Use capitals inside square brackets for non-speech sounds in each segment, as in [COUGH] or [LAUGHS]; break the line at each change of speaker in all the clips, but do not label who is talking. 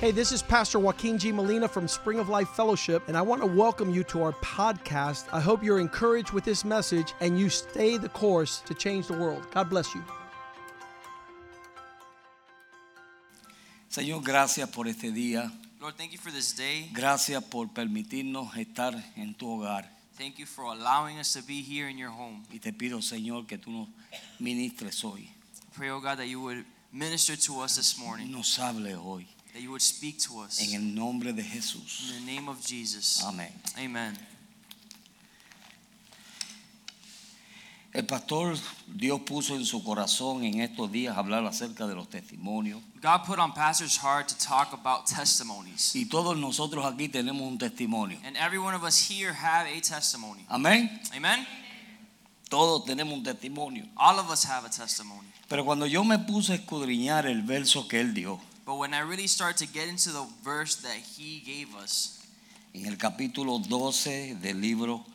Hey, this is Pastor Joaquin G. Molina from Spring of Life Fellowship, and I want to welcome you to our podcast. I hope you're encouraged with this message and you stay the course to change the world. God bless you.
Señor, gracias por este día.
Lord, thank you for this day.
Gracias por permitirnos estar en tu hogar.
Thank you for allowing us to be here in your home.
Y te pido, Señor, que tú nos ministres hoy.
Pray, oh God, that you would minister to us this morning,
Nos hable hoy.
that you would speak to us.
En
In
el nombre de Jesús.
the name of Jesus.
Amén.
Amen.
El pastor, Dios puso en su corazón en estos días hablar acerca de los testimonios.
God put on pastor's heart to talk about testimonies.
Y todos nosotros aquí tenemos un testimonio.
And every one of us here have a testimony.
Amén.
Amen?
Todos tenemos un testimonio.
All of us have a testimony.
Pero cuando yo me puse a escudriñar el verso que él dio,
But when I really start to get into the verse that he gave us
en el capítulo 12 del libro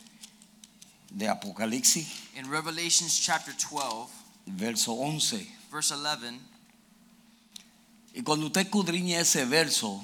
de Apocalipsis,
in Revelations chapter 12,
verso 11.
verse 11,
Y cuando usted escudriña ese verso,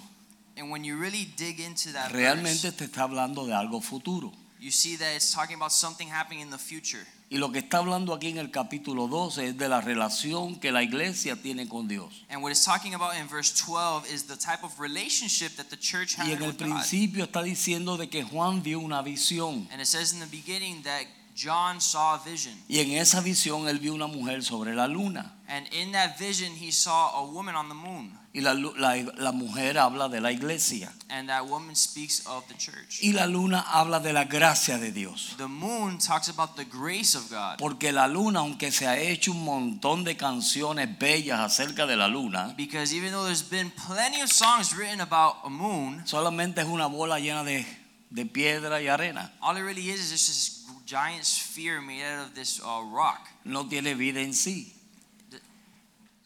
and when you really dig into that verse,
realmente te está hablando de algo futuro.
you see that it's talking about something happening in the future.
Y lo que está hablando aquí en el capítulo 12 es de la relación que la iglesia tiene con Dios.
And what it's talking about in verse 12 is the type of relationship that the church
Y
had
en el
with God.
principio está diciendo de que Juan vio una visión.
And it says in the beginning that John saw a vision.
Y en esa visión él vio una mujer sobre la luna.
And in that vision, he saw a woman on the moon.
Y la, lu- la- la mujer habla de la iglesia.
And that woman speaks of the church.
Y la luna habla de la gracia de Dios.
The moon talks about the grace of God.
Porque la luna, aunque se ha hecho un montón de canciones bellas acerca de la luna,
Because even though there's been plenty of songs written about a moon,
solamente es una bola llena de, de piedra y arena.
all it really is is just this giant sphere made out of this uh, rock.
No tiene vida en sí.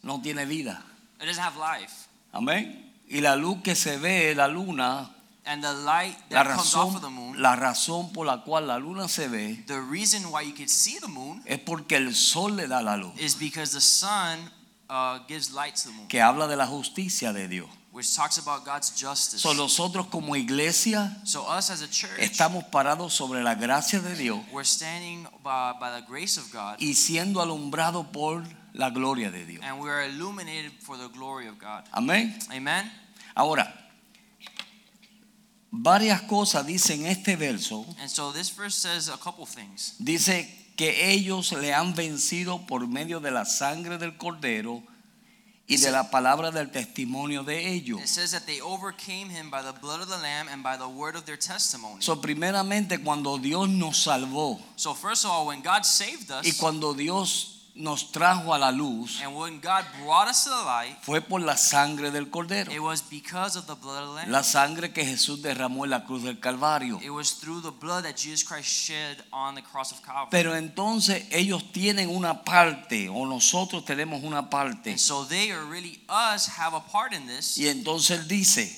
No tiene vida.
It doesn't have life.
Amén. Y la luz que se ve, la luna,
And the light
la
that comes off of the
razón,
moon,
la razón por la cual la luna se ve
the reason why you could see the moon
es porque el sol le da la luz,
is because the sun uh, gives light to the moon,
que habla de la justicia de Dios.
which talks about God's justice.
So, nosotros como iglesia
so us as a church,
estamos parados sobre la gracia de Dios
we're standing by, by the grace of God,
y siendo alumbrados por la gloria de Dios.
and we are illuminated for the glory of God.
Amén.
Amen.
Ahora, varias cosas dicen este verso.
And so this verse says a couple things.
Dice que ellos le han vencido por medio de la sangre del cordero y de la palabra del testimonio de
It
ellos.
says that they overcame him by the blood of the lamb and by the word of their testimony.
So, primeramente cuando Dios nos salvó
so first of all, when God saved
y
us
cuando Dios nos trajo a la luz
and when God brought us to the light,
fue por la sangre del cordero,
it was because of the blood of the lamb.
la sangre que Jesús derramó en la cruz del Calvario.
It was through the blood that Jesus Christ shed on the cross of Calvary.
Pero entonces ellos tienen una parte o nosotros tenemos una parte.
And so they or really us have a part in this.
Y entonces él dice,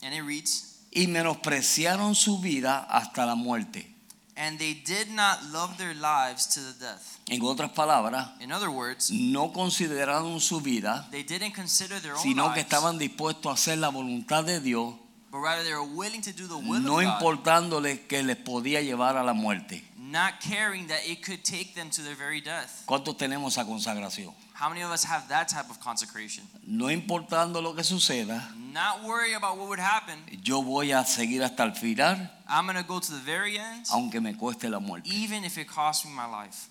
And it reads,
y menospreciaron su vida hasta la muerte.
and they did not love their lives to the death.
En otras palabras,
In other words,
no consideraron su vida,
they didn't consider their own
sino que
lives,
estaban dispuestos a hacer la voluntad de Dios,
but rather they were willing to do the will
no
of God,
importándoles que les podía llevar a la muerte.
not caring that it could take them to their very death.
¿Cuántos tenemos esa consagración?
How many of us have that type of consecration?
No importando lo que suceda,
Not worry about what would happen.
yo voy a seguir hasta el final,
I'm going to go to the very end,
aunque me cueste la muerte.
even if it costs me my life.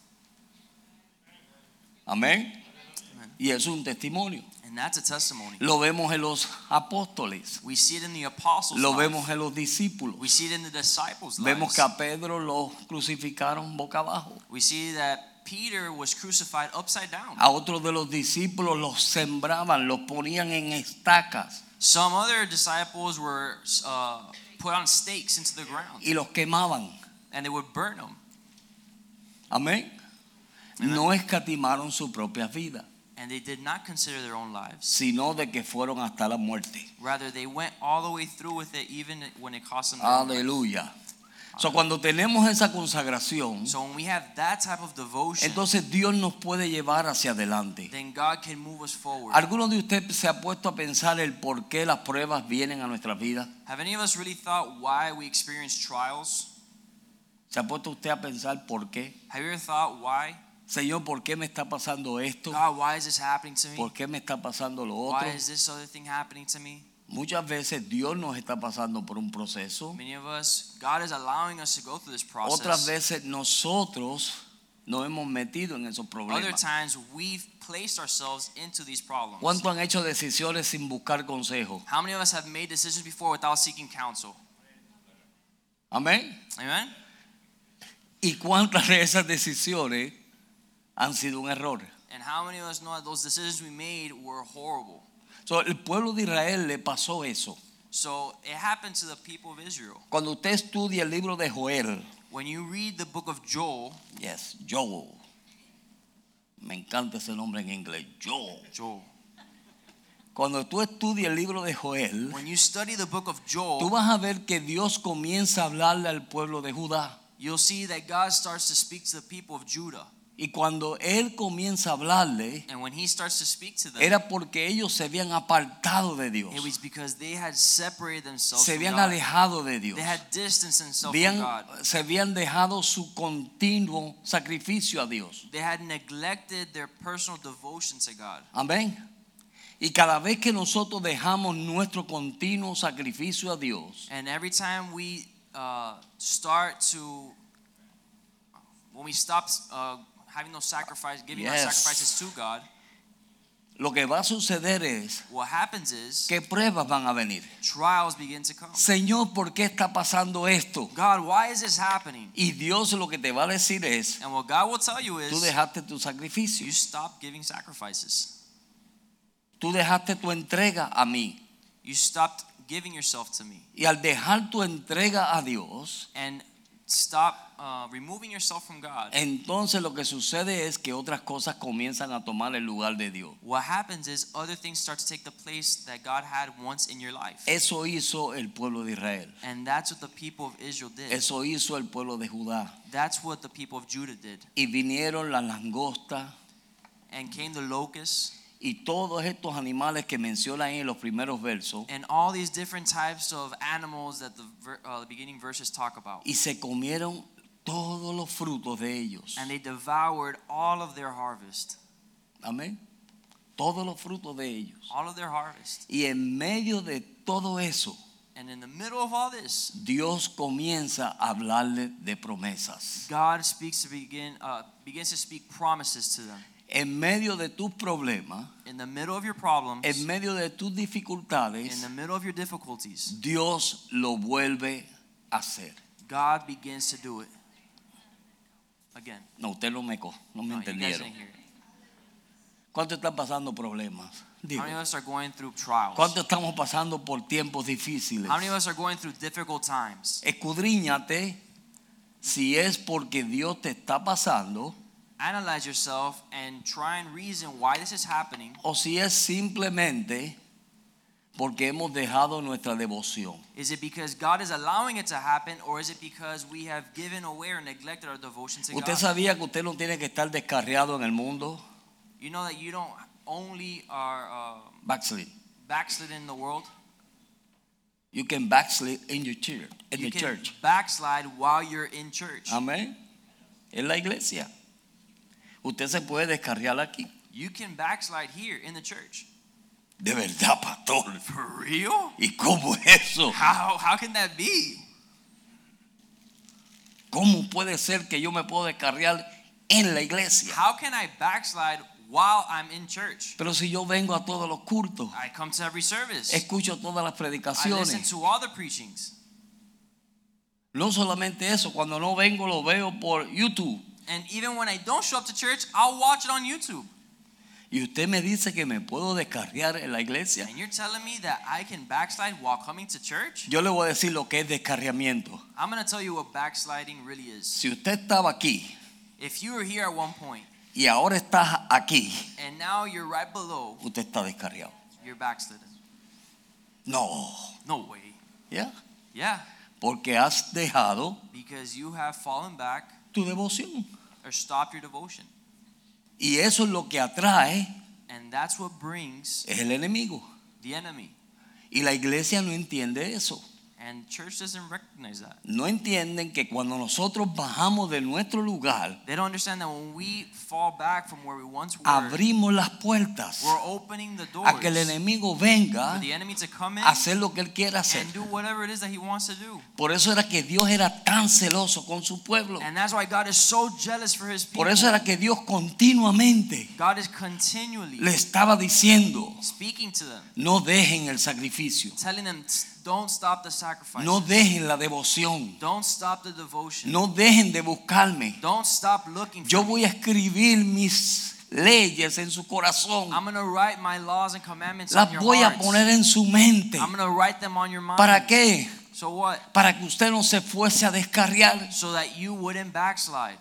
Amén. Y eso es un testimonio.
And that's a testimony.
Lo vemos en los apóstoles,
We see it in the apostles'
lo
lives.
vemos en los discípulos.
We see it in the disciples'
Vemos
lives.
que a Pedro lo crucificaron boca abajo.
We see that Peter was crucified upside down.
A otros de los discípulos los sembraban, los ponían en estacas
Some other disciples were uh, put on stakes into the ground,
y los quemaban.
and they would burn them,
Amén. No escatimaron su propia vida,
and they did not consider their own lives.
sino de que fueron hasta la muerte.
Rather, they went all the way through with it, even when it cost them. their own life.
Aleluya. So, cuando tenemos esa consagración,
So when we have that type of devotion,
entonces Dios nos puede llevar hacia adelante.
then God can move us forward.
¿Alguno de ustedes se ha puesto a pensar el por qué las pruebas vienen a nuestras vidas?
Have any of us really thought why we experience trials?
¿Se ha puesto usted a pensar por qué?
Have you ever thought why?
Señor, ¿por qué me está pasando esto?
God, why is this happening to me?
¿Por qué me está pasando lo otro?
Why is this other thing happening to me?
Muchas veces Dios nos está pasando por un proceso.
Many of us, God is allowing us to go through this
Otras
process.
veces nosotros nos hemos metido en esos
Other
problemas.
times, we've placed ourselves into these problems.
¿Cuánto han hecho decisiones sin buscar consejo?
How many of us have made decisions before without seeking counsel?
Amén.
Amen?
¿Y cuántas de esas decisiones han sido un error?
And how many of us know that those decisions we made were horrible?
So, el pueblo de Israel le pasó eso.
So it happened to the people of Israel.
Cuando usted estudia el libro de Joel,
When you read the book of Joel,
yes, Joel. Me encanta ese nombre en inglés, Joel.
Joel.
Cuando tú estudias el libro de Joel,
When you study the book of
tú
Joel,
vas a ver que Dios comienza a hablarle al pueblo de Judá.
you'll see that God starts to speak to the people of Judah.
Y cuando Él comienza a hablarle,
And when he starts to speak to them,
era porque ellos se habían apartado de Dios,
it was because they had separated themselves
se
from
habían
God.
alejado de Dios,
They had distanced themselves
habían-
from God.
se habían dejado su continuo sacrificio a Dios.
They had neglected their personal devotion to God.
Amén. Y cada vez que nosotros dejamos nuestro continuo sacrificio a Dios,
And every time we uh, start to, when we stop uh, having those sacrifices, giving
Yes.
our sacrifices to God,
lo que va a suceder es
what happens is
que pruebas van a venir.
trials begin to come.
Señor, ¿por qué está pasando esto?
God, why is this happening?
Y Dios lo que te va a decir es,
And what God will tell you
tú
is,
dejaste tu
you
sacrificio,
stop giving sacrifices.
tú dejaste tu entrega a mí.
You stopped giving yourself to me.
Y al dejar tu entrega a Dios,
And stop uh, removing yourself from God.
entonces lo que sucede es que otras cosas comienzan a tomar el lugar de Dios.
What happens is other things start to take the place that God had once in your life.
Eso hizo el pueblo de Israel.
And that's what the people of Israel did.
Eso hizo el pueblo de Judá.
That's what the people of Judah did.
Y vinieron las langostas
And came the locusts
y todos estos animales que mencionan en los primeros versos.
and all these different types of animals that the, ver- uh, the beginning verses talk about.
Y se comieron todos los frutos de ellos.
And they devoured all of their harvest.
Amén. Todos los frutos de ellos.
All of their harvest.
Y en medio de todo eso,
And in the middle of all this,
Dios comienza a hablarle de promesas.
God speaks to begin uh, begins to speak promises to them.
En medio de tus problemas,
In the middle of your problems,
en medio de tus
in
dificultades,
the middle of your difficulties,
Dios lo vuelve a hacer.
God begins to do it. Again.
No, usted lo meco, no me
No, you guys
entendieron.
didn't hear.
¿Cuánto están pasando problemas?
How
Digo,
many of us are going through trials?
¿Cuánto estamos pasando por tiempos difíciles?
How many of us are going through difficult times?
Escudriñate si es porque Dios te está pasando
Analyze yourself and try and reason why this is happening,
o si es simplemente porque hemos dejado nuestra devoción.
Is it because God is allowing it to happen, or is it because we have given away or neglected our devotion to
¿Usted
God?
sabía que usted no tiene que estar descarriado en el mundo?
you know that you don't only are uh,
Backslid.
backslid in the world.
You can backslid in your church. In
you
the
can
church. Um,
backslide while you're in church.
Amén. En la iglesia. Usted se puede descarriar aquí.
you can backslide here in the church.
De verdad, pastor.
For real?
¿Y cómo es eso?
How how can that be?
¿Cómo puede ser que yo me puedo descarriar en la iglesia?
How can I backslide while I'm in church?
Pero si yo vengo a todos los cultos,
I come to every service.
escucho todas las
I listen
predicaciones.
to all the preachings.
No solamente eso, cuando no vengo lo veo por YouTube.
And even when I don't show up to church, I'll watch it on YouTube.
Y usted me dice que me puedo descarriar en la iglesia.
And you're telling me that I can backslide while coming to church?
Yo le voy a decir lo que es descarriamiento.
I'm going to tell you what backsliding really is.
Si usted estaba aquí
If you were here at one point
y ahora estás aquí,
and now you're right below,
usted está descarriado.
you're backslidden.
No.
No way.
¿Ya?
Yeah.
porque has dejado
because you have fallen back
tu devoción.
or stopped your devotion.
Y eso es lo que atrae
And that's what brings
es el enemigo.
the enemy.
Y la iglesia no entiende eso.
And church doesn't recognize that.
No entienden que cuando nosotros bajamos de nuestro lugar,
They don't understand that when we fall back from where we once were,
abrimos las puertas
we're opening the doors
a que el enemigo venga
for the enemy to come in
a hacer lo que él quiera hacer.
and do whatever it is that he wants to do.
Por eso era que Dios era tan celoso con su pueblo.
And that's why God is so jealous for his people.
Por eso era que Dios continuamente
God is continually
le estaba diciendo,
speaking to them,
no dejen el sacrificio,
telling them, don't stop the sacrifice.
no dejen la devoción,
Don't stop the devotion.
no dejen de buscarme.
Don't stop looking for
Yo
me.
voy a escribir mis leyes en su corazón,
I'm going to write my laws and commandments on
las
your
voy a
hearts.
poner en su mente.
I'm going to write them on your mind.
¿Para qué?
So what?
Para que usted no se fuese a descarriar.
So that you wouldn't backslide.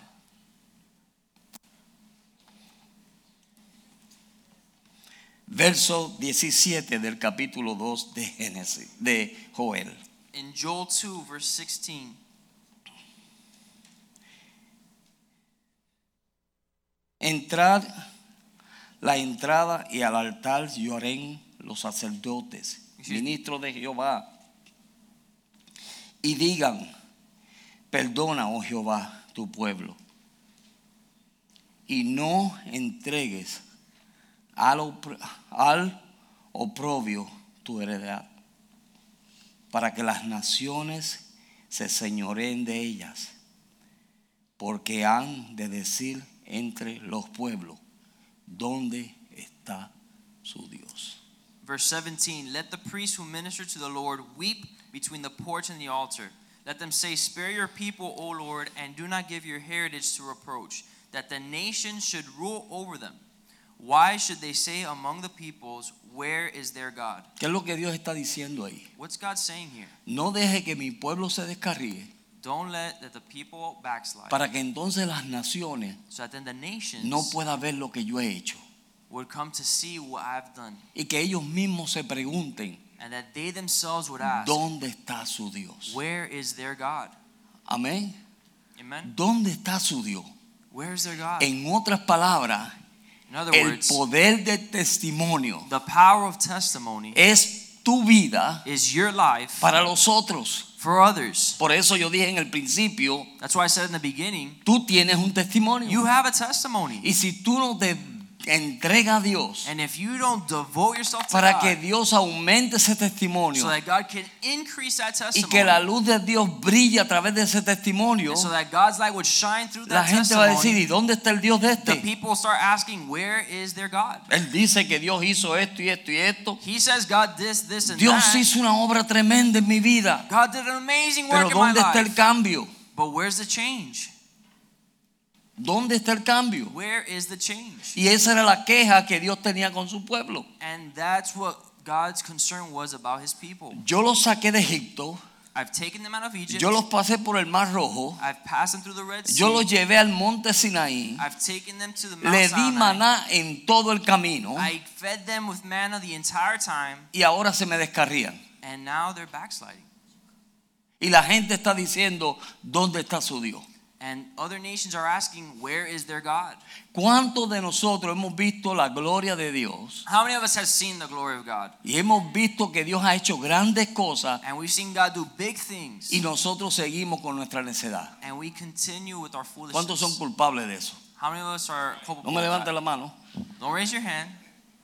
Verso 17 del capítulo 2 de Génesis, de Joel.
In Joel 2, verse 16,
Entrad la entrada y al altar lloren los sacerdotes, ministros de Jehová, y digan, perdona, oh Jehová, tu pueblo, y no entregues al, opr- al oprobio tu heredad, para que las naciones se señoreen de ellas porque han de decir entre los pueblos, ¿dónde está su Dios?
verse 17, let the priests who minister to the Lord weep between the porch and the altar. Let them say, Spare your people, O Lord, and do not give your heritage to reproach, that the nations should rule over them. Why should they say among the peoples, Where is their God?
¿Qué es lo que Dios está diciendo ahí?
What's God saying here?
No deje que mi pueblo se descarríe
Don't let that the people backslide,
para que entonces las naciones
so that then the nations
no puedan ver lo que yo he hecho
would come to see what I've done,
y que ellos mismos se pregunten,
and that they themselves would ask,
¿dónde está su Dios?
Where is their God?
Amén.
Amen.
¿Dónde está su Dios?
Where is their God?
En otras palabras,
In other
el
words,
poder del testimonio
the power of testimony
es tu vida
is your life
para los otros.
for others.
Por eso yo dije en el principio,
That's why I said in the beginning,
tú tienes un testimonio.
you have a testimony.
Y si tú no te entregas a Dios
And if you don't devote yourself to
para que
God,
Dios aumente ese
so
testimonio
that God can increase that
y que la
testimony,
luz de Dios brille a través de ese testimonio,
and so that God's light would shine through
la
that
gente va a decir,
testimony,
¿y dónde está el Dios de
the
este?
people start asking, Where is their God?
Él dice que Dios hizo esto y esto y esto.
He says God this, this, and
Dios
that.
hizo una obra tremenda en mi vida.
God did an amazing
Pero
work in my
¿dónde está el
life.
cambio?
But where's the change?
¿Dónde está el cambio?
Where is the change?
Y esa era la queja que Dios tenía con su pueblo.
And that's what God's concern was about his people.
Yo los saqué de Egipto,
I've taken them out of Egypt.
yo los pasé por el Mar Rojo,
I've passed them through the Red Sea.
Yo lo llevé al monte Sinaí,
I've taken them to the Mount
le di
Sinai.
maná en todo el camino
I fed them with manna the entire time,
y ahora se me descarrían.
and now they're backsliding.
Y la gente está diciendo, ¿dónde está su Dios?
And other nations are asking, where is their God?
¿Cuántos de nosotros hemos visto la gloria de Dios
How many of us have seen the glory of God?
y hemos visto que Dios ha hecho grandes cosas
And we've seen God do big things,
y nosotros seguimos con nuestra necedad?
and we continue with our
¿Cuántos son
foolishness.
culpables de eso?
How many of us are culpable?
No me
of
levanten
that?
la mano.
Don't raise your hand.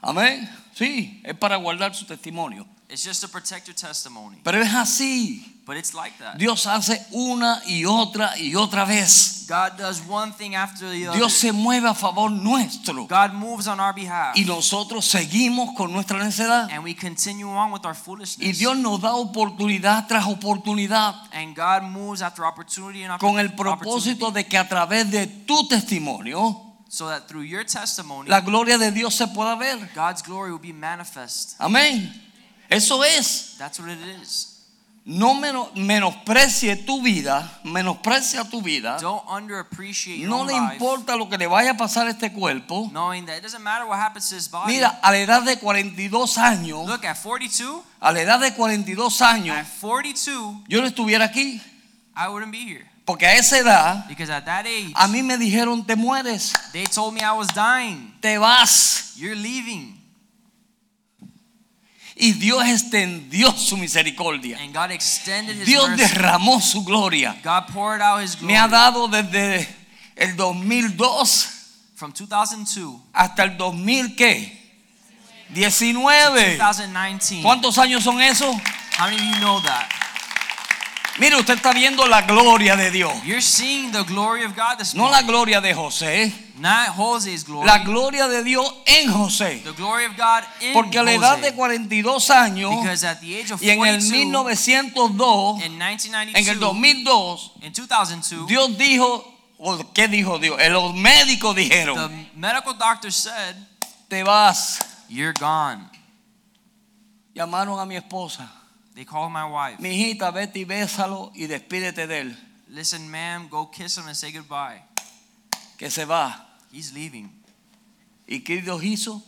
Amén. Sí, es para guardar su testimonio.
It's just to protect your testimony.
Pero es así.
But it's like that.
Dios hace una y otra y otra vez.
God does one thing after the other.
Dios se mueve a favor nuestro.
God moves on our behalf.
y nosotros seguimos con nuestra necedad.
And we continue on with our
Y
foolishness.
Dios nos da oportunidad tras oportunidad
And God moves after opportunity and oppor-
con el propósito
opportunity,
de que a través de tu testimonio
so that through your testimony,
la gloria de Dios se pueda ver.
God's glory will be manifest.
Amén. Eso es.
That's what it is.
No meno- menosprecie tu vida, menosprecia tu vida.
Don't underappreciate your
No
own
le
life,
importa lo que le vaya a pasar a este cuerpo.
knowing that it doesn't matter what happens to this body.
Mira, a la edad de 42 años,
Look, at 42,
a la edad de 42
at
años,
42,
yo no estuviera aquí.
I wouldn't be here.
Porque a esa edad,
Because at that age,
a mí me dijeron, te mueres,
they told me I was dying.
te vas.
You're leaving.
Y Dios extendió su misericordia.
And God extended His
Dios
mercy.
derramó su gloria.
God poured out His glory
Me ha dado desde el 2002
from 2002,
hasta el 2000, ¿qué? 19.
2019.
¿Cuántos años son esos?
How many of you know that?
Mire, usted está viendo la gloria de Dios.
You're seeing the glory of God this
No
morning.
la gloria de José,
Not Jose's glory.
la gloria de Dios en José.
the glory of God in
Porque a la edad
Jose.
de 42 años
Because at the age of
y en el
42,
1902,
in
en
1992,
el 2002,
in 2002,
Dios dijo, o ¿qué dijo Dios? Eh, Los médicos
the
dijeron,
medical doctor said,
te vas.
"You're gone."
Llamaron a mi esposa,
They called my wife.
mi hijita, vete y bésalo y despídete de él,
Listen, ma'am, go kiss him and say goodbye.
que se va.
He's leaving.
¿Y qué Dios hizo?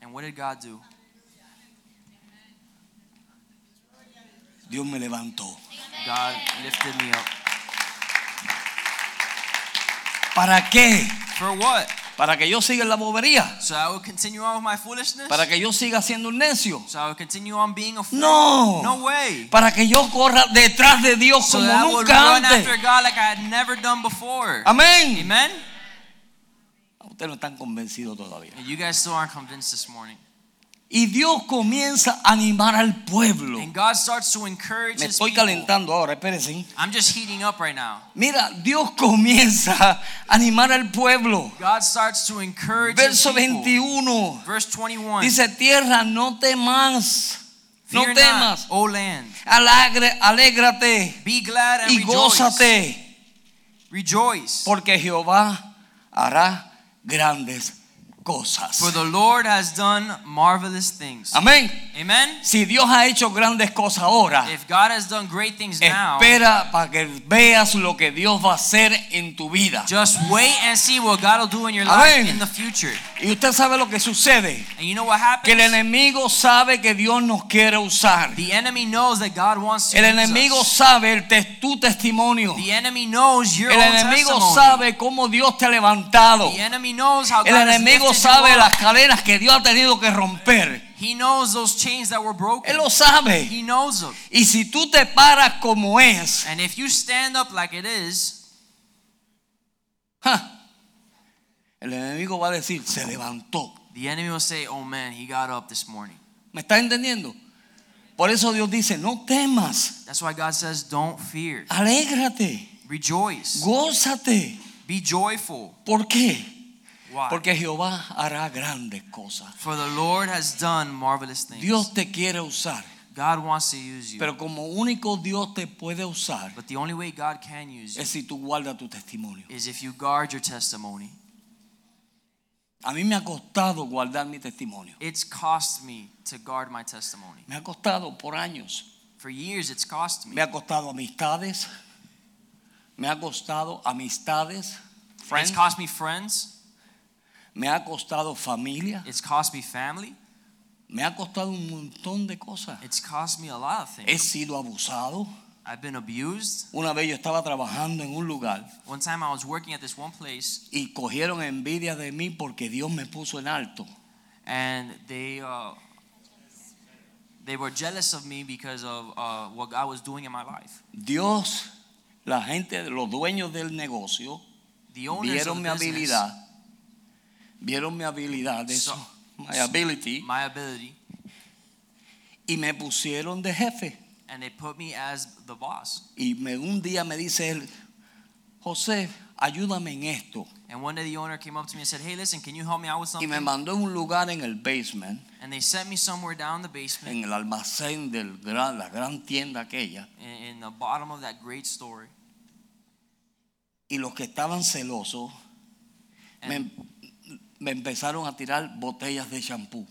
And what did God do?
Dios me levantó.
God lifted me up.
¿Para qué?
For what?
Para que yo siga en la bobería.
So I would continue on with my foolishness?
Para que yo siga siendo un necio.
so I would continue on being a fool?
No.
No way.
para que yo corra detrás de Dios
So
como
that I would
nunca
run
antes.
after God like I had never done before.
Amén.
Amen?
Ustedes no están convencidos todavía.
And you guys still aren't convinced this morning.
Y Dios comienza a animar al pueblo.
And God starts to encourage
Me
his
estoy
people.
calentando ahora, espérense.
I'm just heating up right now.
Mira, Dios comienza a animar al pueblo.
God starts to encourage his
Verso
people.
21.
Verse 21.
Dice, tierra, no temas. No
Fear not,
temas.
O land.
Alegre, alégrate
Be glad and
y
rejoice.
gózate,
Rejoice.
porque Jehová hará grandes cosas.
For the Lord has done marvelous things.
Amén.
Amen?
Si Dios ha hecho grandes cosas ahora,
If God has done great things now,
Ah. espera para que veas lo que Dios va a hacer en tu vida.
just wait and see what God will do in your life
Amén.
in the future.
Y usted sabe lo que sucede,
And you know what
que el
happens?
enemigo sabe que Dios nos quiere usar.
The enemy knows that God wants to
El
use
enemigo
us.
sabe el tes- tu testimonio.
The enemy knows your
El
own
enemigo
testimony.
sabe cómo Dios te ha levantado.
the enemy knows how
El
God has
enemigo
lifted you
sabe
up.
las cadenas que Dios ha tenido que romper.
He knows those chains that were broken.
Él lo sabe.
He knows them.
Y si tú te paras como es,
And if you stand up like it is,
ja, el enemigo va a decir, se levantó.
the enemy will say, "Oh man, he got up this morning."
¿Me estás entendiendo? Por eso Dios dice, no temas,
That's why God says, "Don't fear.
alégrate,
Rejoice.
gózate.
Be joyful."
¿Por qué?
Why?
Porque Jehová hará grandes cosas.
For the Lord has done marvelous things.
Dios te quiere usar,
God wants to use you.
pero como único Dios te puede usar
but the only way God can use you
es si tú guardas tu testimonio.
is if you guard your testimony.
A mí me ha costado guardar mi testimonio.
It's cost me to guard my testimony.
Me ha costado por años.
For years, it's cost me.
Me ha costado amistades. Me ha costado amistades.
It's
friends.
cost me friends.
Me ha costado familia.
It's cost me family.
Me ha costado un montón de cosas.
It's cost me a lot of
He
things.
sido abusado.
I've been abused.
Una vez yo estaba trabajando en un lugar
One time I was working at this one place
y cogieron envidia de mí porque Dios me puso en alto.
and they uh, they were jealous of me because of uh, what God was doing in my life.
Dios, la gente, los dueños del negocio,
The owners of
vieron mi
the business,
habilidad. Vieron mi habilidad, eso,
So-
my ability,
my ability,
y me pusieron de jefe.
and they put me as the boss.
Y me, un día me dice él, José, ayúdame en esto.
And one day the owner came up to me and said, "Hey, listen, can you help me out with
Y
something?"
me mandó a un lugar en el basement,
And they sent me somewhere down the basement
en el almacén de la gran tienda aquella.
in, in the bottom of that great story.
Y los que estaban celosos
Eh.
me, me empezaron a tirar botellas de champú,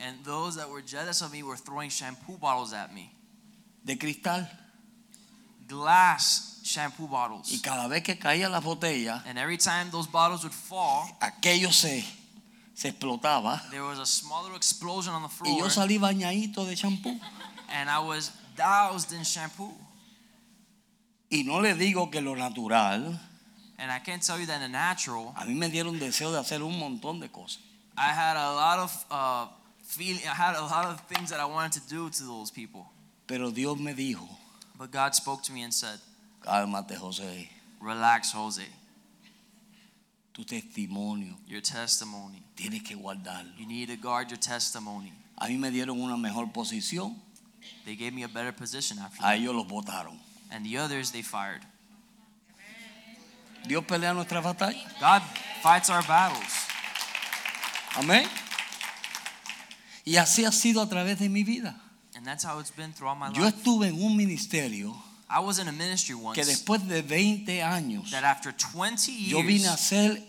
And those that were jealous of me were throwing shampoo bottles at me,
de cristal.
glass shampoo bottles.
Y cada vez que caían las botellas,
And every time those bottles would fall,
aquello se, se explotaba.
there was a small little explosion on the
Y
floor,
yo salí bañadito de champú.
and I was doused in shampoo.
Y no le digo que lo natural,
And I can't tell you that in the natural,
a mí me dieron deseo de hacer un montón de cosas.
I had a lot of uh, feel, I had a lot of things that I wanted to do to those people.
Pero Dios me dijo,
But God spoke to me and said,
cálmate José,
"Relax, Jose.
tu testimonio
Your testimony.
tienes que guardarlo.
You need to guard your testimony."
A mí me dieron una mejor posición,
They gave me a better position after
a
that,
ellos los votaron.
and the others they fired.
Dios pelea nuestras batallas.
God fights our battles,
Amén. Y así ha sido a través de mi vida.
and that's how it's been throughout my
Yo
life.
estuve en un ministerio
I was in a ministry
que
once
después de 20 años
that after 20
yo vine a
years,
ser,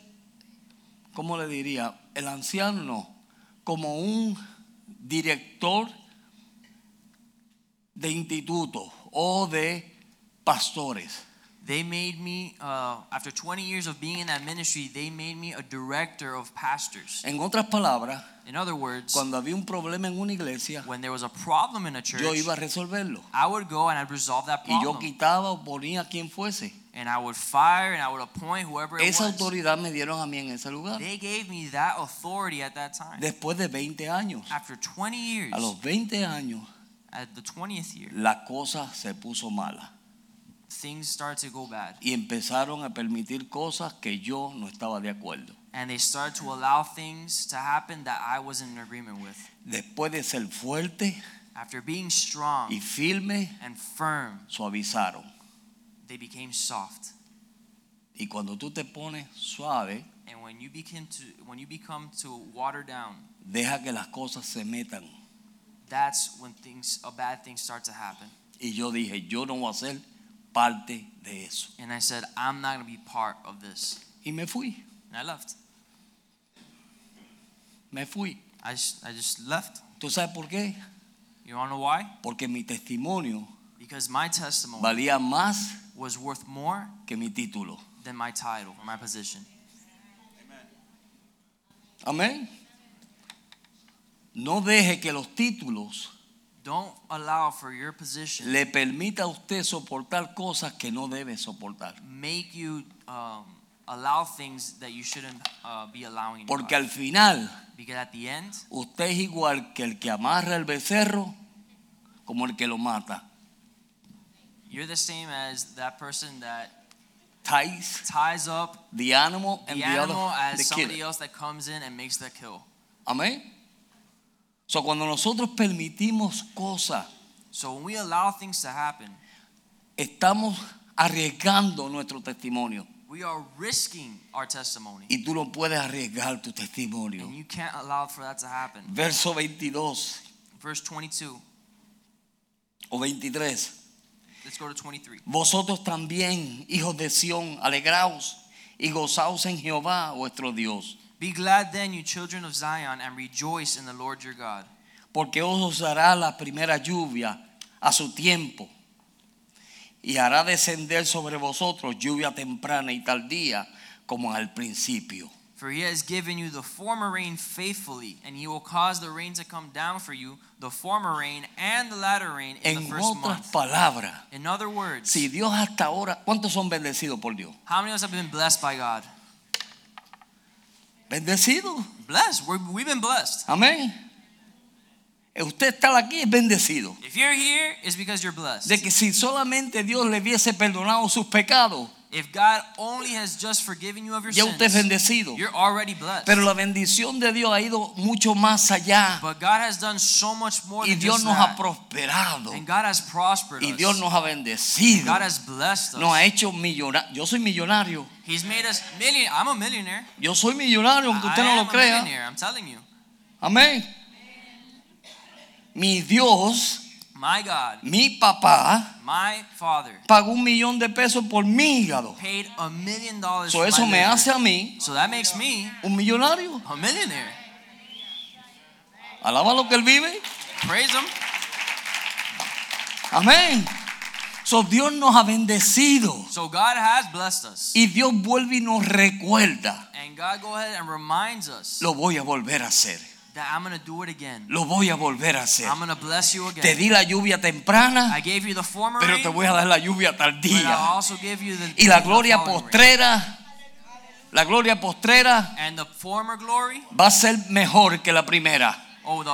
¿cómo le diría? El anciano, no, como un director de instituto o de pastores.
they made me, uh, after 20 years of being in that ministry, they made me a director of pastors.
En otras palabras,
In other words,
cuando había un problema en una iglesia,
when there was a problem in a church,
yo iba a resolverlo.
I would go and I'd resolve that
Y yo
problem.
quitaba o ponía a quien fuese.
And I would fire and I would appoint whoever it
Esa
was.
autoridad me dieron a mí en ese lugar.
They gave me that authority at that time.
Después de 20 años.
After 20 years,
A los 20 años,
at the 20th year,
la cosa se puso mala.
things start to go bad.
Y empezaron a permitir cosas que yo no estaba de acuerdo.
And they start to allow things to happen that I wasn't in agreement with.
Después de ser fuerte
After being strong
y firme,
and firm,
suavizaron.
they became soft.
Y cuando tú te pones suave,
And when you become to when you become to water down,
deja que las cosas se metan.
that's when things a bad thing start to happen.
Y yo dije, yo no voy a ser parte de eso.
And I said, I'm not gonna be part of this.
Y me fui,
And I left.
me fui.
I just, I just left.
¿Tú sabes por qué?
You wanna know why?
Porque mi testimonio
Because my testimony
valía más
was worth more
que mi título.
than my title or my position.
Amén. No deje que los títulos
Don't allow for your position
le permita a usted soportar cosas que no debe soportar.
make you um, allow things that you shouldn't uh, be allowing. in your
Porque
life.
al final
because at the end,
usted es igual que el que amarra el becerro como el que lo mata.
you're the same as that person that
Ties
ties up
the animal and
the
the other-
animal as
the kid.
somebody else that comes in and makes the kill.
Amén. So, cuando nosotros permitimos cosas,
So when we allow things to happen,
estamos arriesgando nuestro testimonio.
we are risking our testimony,
Y tú no puedes arriesgar tu
and
testimonio.
you can't allow for that to happen.
Verso 22
Verse 22.
o 23.
Let's go to 23.
Vosotros también, hijos de Sión, alegraos y gozaos en Jehová, vuestro Dios,
Be glad then, you children of Zion, and rejoice in the Lord your God.
porque os dará la primera lluvia a su tiempo y hará descender sobre vosotros lluvia temprana y tardía como al principio.
For he has given you the former rain faithfully, and he will cause the rain to come down for you, the former rain and the latter rain in the
En
first
otras
month.
palabras,
In other words,
si Dios hasta ahora, ¿cuántos son bendecidos por Dios?
how many of us have been blessed by God?
Bendecidos,
Blessed. We're, we've been blessed.
amén. Eh, Usted está aquí es bendecido.
If you're here, it's because you're blessed.
De que si solamente Dios le hubiese perdonado sus pecados,
If God only has just forgiven you of your
ya usted es
sins,
bendecido.
you're already blessed.
Pero la bendición de Dios ha ido mucho más allá.
But God has done so much more
Y
than
Dios
just
nos ha
that.
prosperado.
And God has prospered
Y
us.
Dios nos ha bendecido.
God has blessed us.
Nos ha hecho millonarios. Yo soy millonario.
He's made us million. I'm a millionaire.
Yo soy millonario, aunque usted
I
no
am
lo
a
crea.
millionaire. I'm telling you.
Amén. Mi Dios,
My God,
mi papá,
my Father,
pagó un millón de pesos por mi hígado.
paid a million dollars
So,
for
eso
my
me
liver.
hace a mí
So that makes me
un millonario.
a millionaire.
Alaba lo que él vive.
Praise him.
Amén. So, Dios nos ha bendecido.
So God has blessed us.
Y Dios vuelve y nos recuerda.
And God go ahead and reminds us
Lo voy a volver a hacer.
that I'm going to do it again.
Lo voy a volver a hacer.
I'm going to bless you
Te
again.
di la lluvia temprana,
I gave you the former
pero
rain,
te voy a dar la lluvia
but I
tardía.
also give you the
Y la
the
gloria
following rain.
postrera, la gloria postrera
And the former glory,
va a ser mejor que la primera.
oh the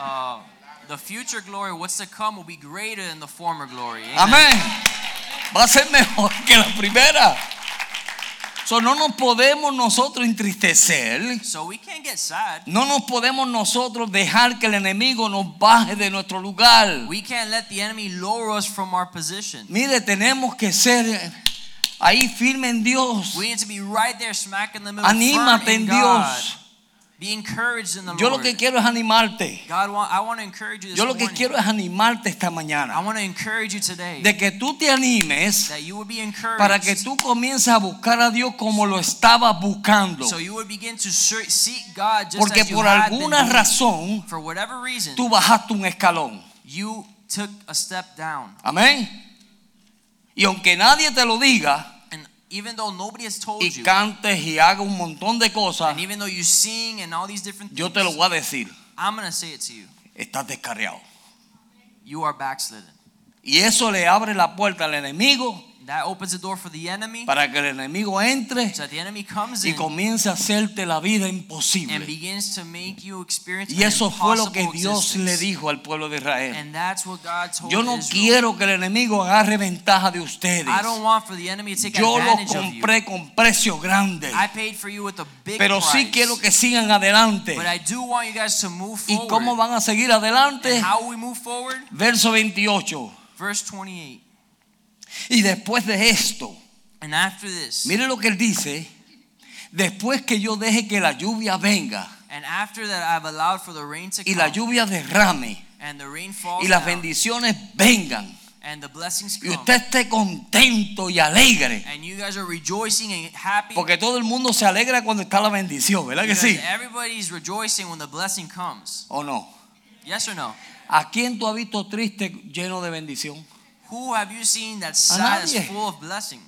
uh, the future glory, what's to come will be greater than the former glory. Amen.
Amén. Va a ser mejor que la primera. So, no nos podemos nosotros entristecer.
So we can't get sad.
No nos podemos nosotros dejar que el enemigo nos baje de nuestro lugar.
We can't let the enemy lower us from our position.
Mire, tenemos que ser eh, ahí firme en Dios.
We need to be right there, smack in the middle. firm
Anímate
in
en
God.
Dios.
Be encouraged in the
Yo lo
Lord.
que quiero es animarte.
God, want, I want to encourage you this
Yo lo que
morning.
quiero es animarte esta
I
mañana.
want to encourage you today
De que tú te animes
that you would be encouraged.
para que tú comiences a buscar a Dios como lo estabas buscando.
so you would begin to ser- seek God just
Porque
as you
por
had been
alguna
doing.
razón
For whatever reason,
tú bajaste un escalón.
you took a step down.
Amén. Y aunque nadie te lo diga
And even though nobody has told
y
you,
cantes y hagas un montón de cosas,
and even though you sing and all these different
yo te lo
things,
voy a decir.
I'm going to say it to you.
Estás descarriado.
You are backslidden.
Y eso le abre la puerta al enemigo
That opens the door for the enemy
para que el enemigo entre
so that the enemy comes
y
in
comience a hacerte la vida
and
imposible.
begins to make you experience
Y
an
eso fue lo que
impossible
Dios le
existence.
dijo al pueblo de Israel.
And that's what God told
Yo no
Israel.
quiero que el enemigo agarre ventaja de ustedes.
I don't want for the enemy to take
Yo lo
advantage of you.
compré con precio grande.
I paid for you with a big
Pero
price.
sí quiero que sigan adelante.
But I do want you guys to move
¿Y
forward.
cómo van a seguir adelante?
And how we move forward?
Verso 28.
Verse 28.
Y después de esto,
And after this,
mire lo que él dice. Después que yo deje que la lluvia venga
and after that I've allowed for the rain to
y
come,
la lluvia derrame
and the rain falls
y las
down,
bendiciones vengan
and the blessings
y
come,
usted esté contento y alegre.
and you guys are rejoicing and happy,
Porque todo el mundo se alegra cuando está la bendición, ¿verdad que
because
sí?
everybody's rejoicing when the blessing comes.
¿O no?
Yes or no?
¿A quién tú has visto triste lleno de bendición?
Who have you seen that sad is
nadie.
full of blessing?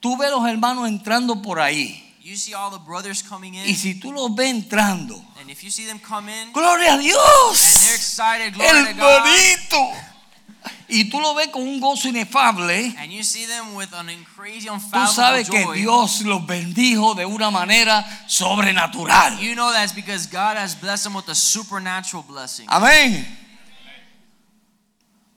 Tú ves los hermanos entrando por ahí
You see all the brothers coming in,
y si tú los ves entrando,
and if you see them come in, and
gloria a
they're
Dios.
excited, glory to
El
God,
bonito. Y tú lo ves con un gozo inefable.
and you see them with an in- crazy,
Tú
unfathomable
sabes que
joy.
Dios los bendijo de una manera sobrenatural.
You know that's because God has blessed them with a supernatural blessing.
Ah. Amén.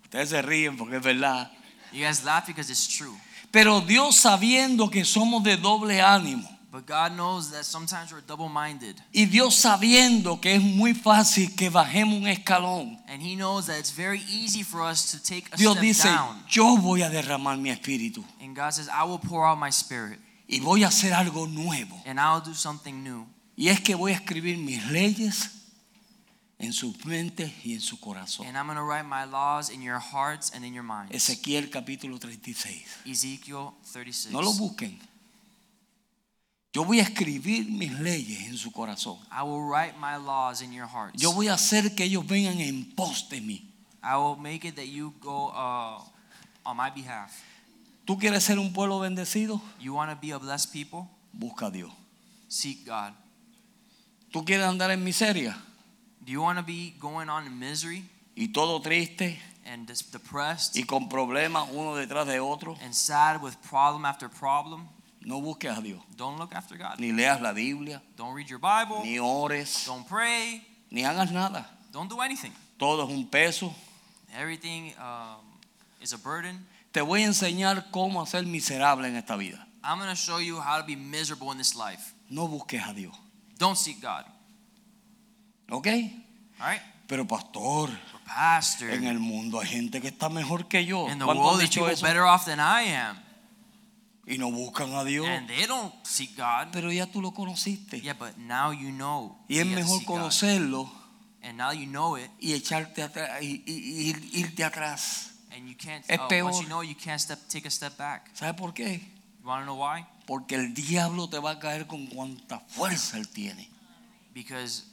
Ustedes se ríen porque es verdad.
You guys laugh because it's true.
Pero Dios sabiendo que somos de doble ánimo.
But God knows that sometimes we're double minded.
Y Dios sabiendo que es muy fácil que bajemos un escalón.
And He knows that it's very easy for us to take a
Dios
step
dice,
down.
yo voy a derramar mi espíritu
And God says, I will pour out my spirit
y voy a hacer algo nuevo.
and I'll do something new.
Y es que voy a escribir mis leyes en sus mentes y en su corazón.
And I'm going to write my laws in your hearts and in your minds.
Ezequiel capítulo 36.
Ezekiel 36.
No lo busquen. Yo voy a escribir mis leyes en su corazón.
I will write my laws in your hearts.
Yo voy a hacer que ellos vengan en pos de mí.
I will make it that you go uh, on my behalf.
¿Tú quieres ser un pueblo bendecido?
You want to be a blessed people?
Busca a Dios.
Seek God.
¿Tú quieres andar en miseria
Do you want to be going on in misery
y todo triste
and dis- depressed
y con problemas uno detrás de otro?
and sad with problem after problem?
No busques a Dios.
Don't look after God.
Ni leas la Biblia,
Don't read your Bible.
ni ores,
Don't pray.
ni hagas nada.
Don't do anything.
Todo es un peso.
Everything um, is a burden.
Te voy a enseñar cómo hacer miserable en esta vida.
I'm going to show you how to be miserable in this life.
No busques a Dios.
Don't seek God.
¿Ok?
All right?
Pero pastor,
But pastor,
en el mundo hay gente que está mejor que yo.
in the
¿Cuántos han
world, there's
dicho
people
eso?
better off than I am.
Y no buscan a Dios.
And they don't seek God.
Pero ya tú lo conociste.
Yeah, but now you know.
Y es
you gotta
mejor
seek God.
conocerlo
And now you know it,
y echarte atrás y, y- y ir- irte atrás.
and you can't.
Es
oh,
peor.
once you know, you can't step, take a step back.
¿Sabes por qué?
You want to know why?
Porque el diablo te va a caer con cuanta fuerza él tiene.
Because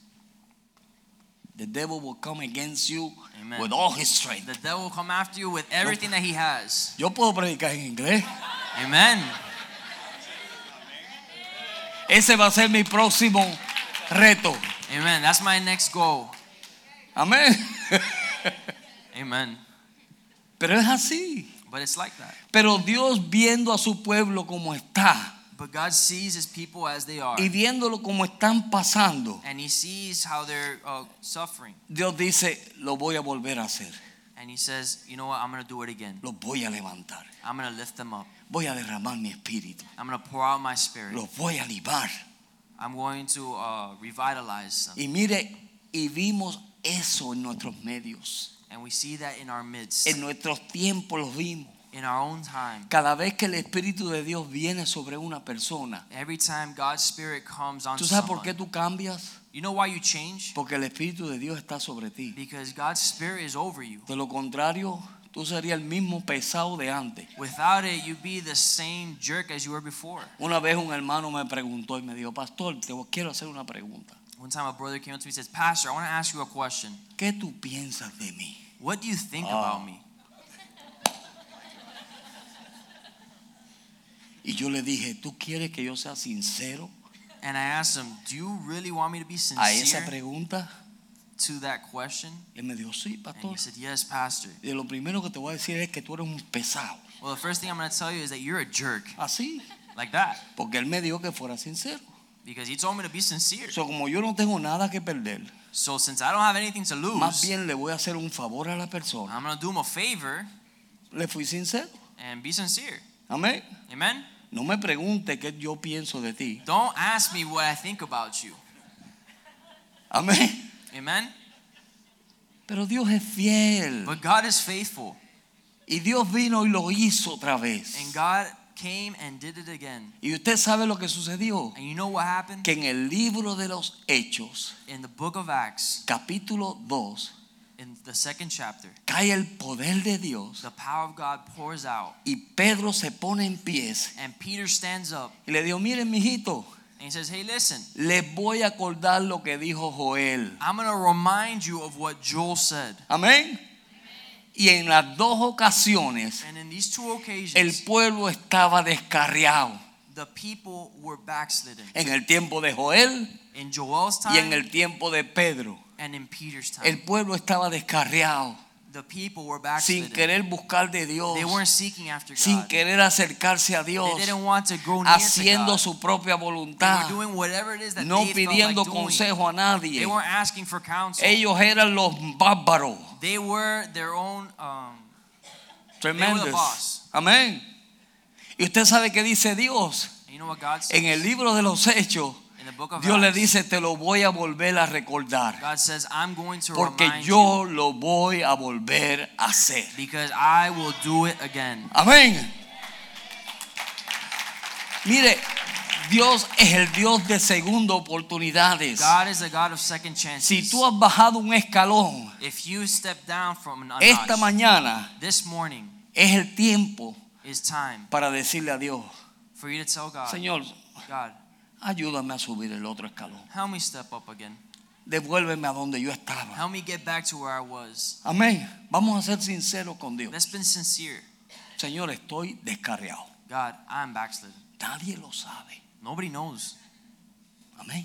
The devil will come against you
Amen.
with all his strength.
The devil will come after you with everything that he has.
Yo puedo predicar en inglés.
Amen.
Ese va a ser mi próximo reto.
Amen. That's my next goal.
Amén. [LAUGHS]
Amen.
Pero es así.
But it's like that.
Pero Dios viendo a su pueblo como está
But God sees his people as they are.
y viéndolo como están pasando,
And he sees how they're uh, suffering.
Dios dice, lo voy a volver a hacer,
And he says, you know what? I'm going to do it again.
los voy a levantar,
I'm going to lift them up.
voy a derramar mi espíritu,
I'm going to pour out my spirit.
los voy a libar.
I'm going to uh, revitalize them.
Y mire, y vimos eso en nuestros medios,
And we see that in our midst,
en nuestros tiempos los vimos.
in our own time.
Cada vez que el Espíritu de Dios viene sobre una persona,
Every time God's spirit comes on
¿tú sabes por qué
someone,
tú cambias?
you know why you change?
Porque el Espíritu de Dios está sobre ti.
Because God's spirit is over you.
De lo contrario, tú serías el mismo pesado de antes.
Without it, you'd be the same jerk as you were before.
Una vez un hermano me preguntó y me dijo, pastor, te quiero hacer una pregunta.
One time, a brother came up to me and says, Pastor, I want to ask you a question.
¿Qué tú piensas de mí?
What do you think
Oh.
about me?
Y yo le dije, ¿tú quieres que yo sea sincero
And I asked him, Do you really want me to be
a esa
sincere
pregunta?
to that question?
Él me dijo, sí,
And he
pastor.
said, Yes, Pastor.
Y lo primero que te voy a decir es que tú eres un pesado.
Well, the first thing I'm going to tell you is that you're a jerk.
Así,
Like that.
porque él me dijo que fuera sincero.
Because he told me to be sincere.
So, como yo no tengo nada que perder,
So since I don't have anything to
más
lose,
bien le voy a hacer un favor a la persona.
I'm going to do him a favor
Le fui sincero.
and be sincere.
Amén.
Amen?
No me pregunte qué yo pienso de ti.
Don't ask me what I think about you.
Amén.
Amen?
Pero Dios es fiel.
But God is faithful.
Y Dios vino y lo hizo otra
And
vez.
God came and did it again.
Y usted sabe lo que sucedió.
And you know what happened?
Que en el libro de los Hechos,
In the book of Acts,
capítulo 2,
in the second chapter,
cae el poder de Dios.
the power of God pours out.
Y Pedro se pone en pies.
And Peter stands up
Y le dijo, miren, mijito,
and he says, Hey, listen,
les voy a acordar lo que dijo Joel.
I'm going to remind you of what Joel said.
Amén. Y en las dos ocasiones,
And in these two
el
occasions,
pueblo estaba descarriado.
the people were backslidden.
En el tiempo de Joel
In Joel's
y en
time
el tiempo de Pedro.
and in Peter's time.
El pueblo estaba descarriado.
The people were
sin
backslidden.
querer buscar de Dios,
They weren't seeking after
sin
God.
querer acercarse a Dios,
They didn't want to go near to
haciendo
God.
su propia
They
voluntad,
were doing whatever it is that
no
they felt
pidiendo
like doing.
consejo a nadie.
They weren't asking for counsel.
Ellos eran los bárbaros.
They were their own. Um,
Tremendos.
boss.
Amén. Y usted sabe que dice Dios
you know what God says
en el libro de los Hechos.
in the book of
Dios le
Acts?
dice, te lo voy a volver a recordar,
God says, "I'm going to
porque
remind
yo lo voy a volver a hacer.
you because I will do it again."
Amén. Mire, Dios es el Dios de segunda oportunidades.
God is a God of second chances.
Si tú has bajado un escalón
if you step down from an
esta
notch,
mañana,
this morning
es el tiempo
is time
para decirle a Dios,
for you to tell God,
Señor,
God,
ayúdame a subir el otro escalón.
help me step up again.
Devuélveme a donde yo estaba.
Help me get back to where I was.
Amén. Vamos a ser sinceros con Dios.
Let's be sincere.
Señor, estoy descarriado.
God, I'm backslidden.
Nadie lo sabe.
Nobody knows.
Amén.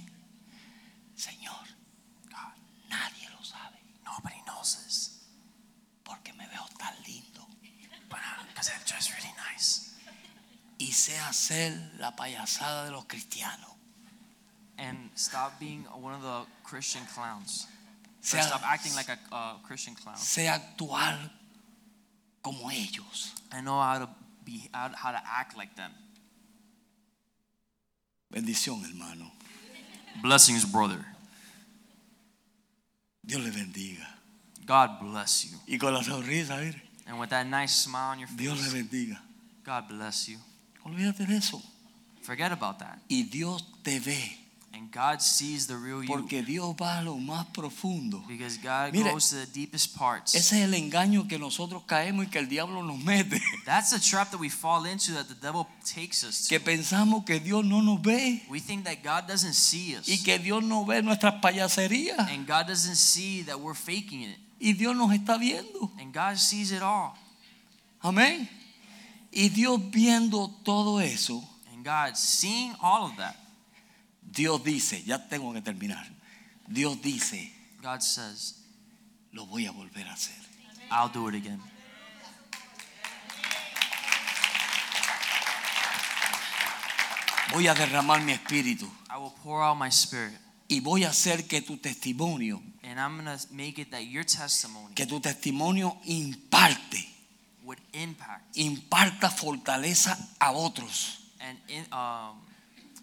Señor, nadie lo sabe
Nobody knows this.
porque me veo tan lindo.
But because I'm just really nice.
y sé hacer la payasada de los cristianos.
And stop being one of the Christian clowns.
Sé,
Or stop acting like a uh, Christian clown.
sé actuar como ellos.
I know how to be how, how to act like them.
Bendición, hermano.
Blessings, brother.
Dios le bendiga.
God bless you.
Y con la sonrisa, mire,
And with that nice smile on your
Dios le
face,
bendiga.
God bless you.
Olvídate de eso.
Forget about that.
Y Dios te ve
And God sees the real you.
Porque Dios va a lo más profundo.
Because God
Mire.
goes to the deepest parts.
Ese es el engaño que nosotros caemos y que el diablo nos mete.
That's the trap that we fall into that the devil takes us to.
Que pensamos que Dios no nos ve
We think that God doesn't see us.
y que Dios no ve nuestras payaserías
And God doesn't see that we're faking it.
y Dios nos está viendo.
And God sees it all.
Amén. Y Dios viendo todo eso,
And God seeing all of that,
Dios dice, ya tengo que terminar. Dios dice,
God says,
lo voy a volver a hacer.
I'll do it again.
Voy a derramar mi espíritu
I will pour out my spirit.
y voy a hacer que tu testimonio,
And I'm going to make it that your testimony
que tu testimonio imparte,
would impact
imparta fortaleza a otros,
and in, um,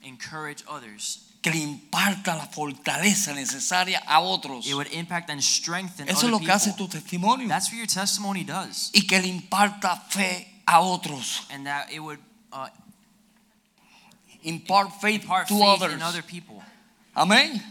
encourage others.
que le imparta la fortaleza necesaria a otros.
It would impact and strengthen
Eso
other
es lo que hace
people.
tu testimonio
That's what your testimony does.
y que le imparta fe a otros.
And that it would uh,
Impart faith
impart
to
faith
others.
in other people.
Amén.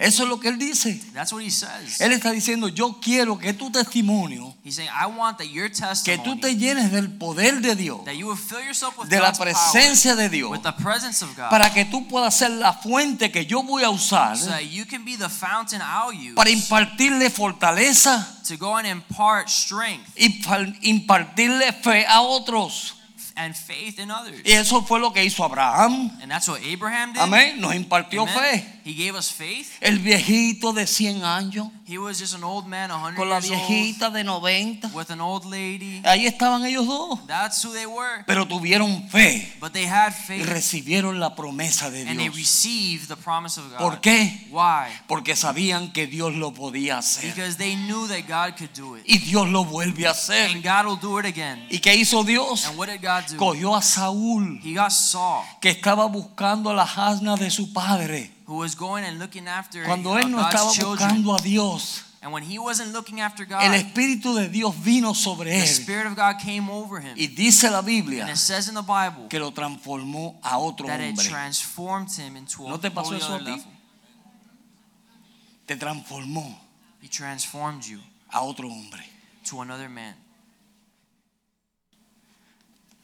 Eso es lo que él dice.
That's what he says.
Él está diciendo, yo quiero que tu testimonio,
He's saying, I want that your
que
testimony,
tú te llenes del poder de Dios,
that you would fill yourself with
de la
God's power,
presencia de Dios,
with the presence of God,
para que tú puedas ser la fuente que yo voy a usar
so that you can be the fountain I'll use
para impartirle fortaleza
to go and impart strength
y par- impartirle fe a otros.
and faith in others.
Y eso fue lo que hizo Abraham.
And that's what Abraham did.
Amén. Nos impartió
Amen.
fe.
He gave us faith.
El viejito de 100 años
He was just an old man, 100
con la
years old,
viejita de 90.
with an old lady.
Ahí estaban ellos dos.
That's who they were.
Pero tuvieron fe
But they had
y
faith
recibieron la promesa de
and they
Dios.
received the promise of God.
¿Por qué?
Why?
Porque sabían que Dios lo podía hacer.
Because they knew that God could do it.
Y Dios lo vuelve a
And
hacer.
God will do it again.
¿Y qué hizo Dios?
And what did God do?
Cogió a Saúl,
He got Saul,
que estaba buscando las asnas de su padre.
who was going and looking after
Cuando
uh,
él no
God's
estaba
children.
buscando a Dios,
And when he wasn't looking after
el
God,
Espíritu de Dios vino sobre
the
él.
Spirit of God came over him.
Y dice la
And
Biblia
it says in the Bible
que lo transformó a otro
that it
hombre.
transformed him into a
¿No te pasó
whole
eso a
other
ti?
level.
Te transformó
He transformed you
a otro hombre.
to another man.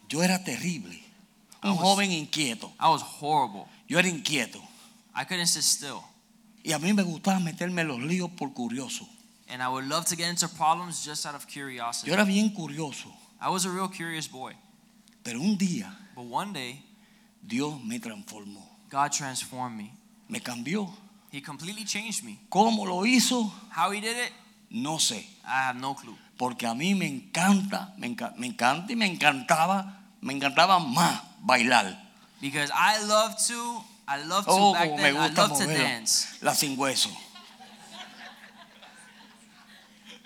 Yo era terrible. Un
Vamos.
joven inquieto.
I was horrible.
Yo era inquieto.
I couldn't sit still.
Y a mí me gustaba meterme en los líos por curioso.
And I would love to get into problems just out of
Yo
curiosity.
era bien curioso.
I was a real curious boy.
Pero un día
But one day,
Dios me transformó.
God transformed me.
Me cambió.
He completely changed me.
¿Cómo lo hizo?
How he did it,
No sé.
I have no clue.
Porque a mí me encanta, me, enca- me encanta y me encantaba, me encantaba más bailar.
Because I love to, I love to
Oh,
back
como me
then, I
gusta
love to
mover
dance.
la sin hueso.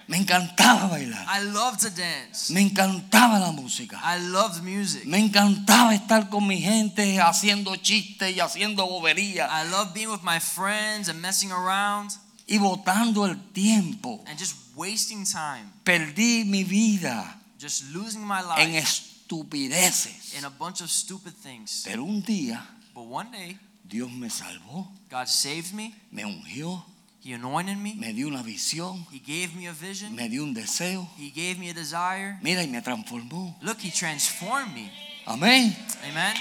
Me encantaba bailar.
I love to dance.
Me encantaba la música.
I loved music.
Me encantaba estar con mi gente haciendo chistes y haciendo boberías
I love being with my friends and messing around
y botando el tiempo.
and just wasting time,
Perdí mi vida
just losing my
en
life
estupideces.
in a bunch of stupid things.
Pero un día
But one day,
Dios me salvó,
God saved me.
me ungió,
He anointed me.
me dio una visión,
He gave me a vision.
me dio un deseo.
He gave me a desire.
Mira, y me transformó.
Look, He transformed me.
Amén.
Amen.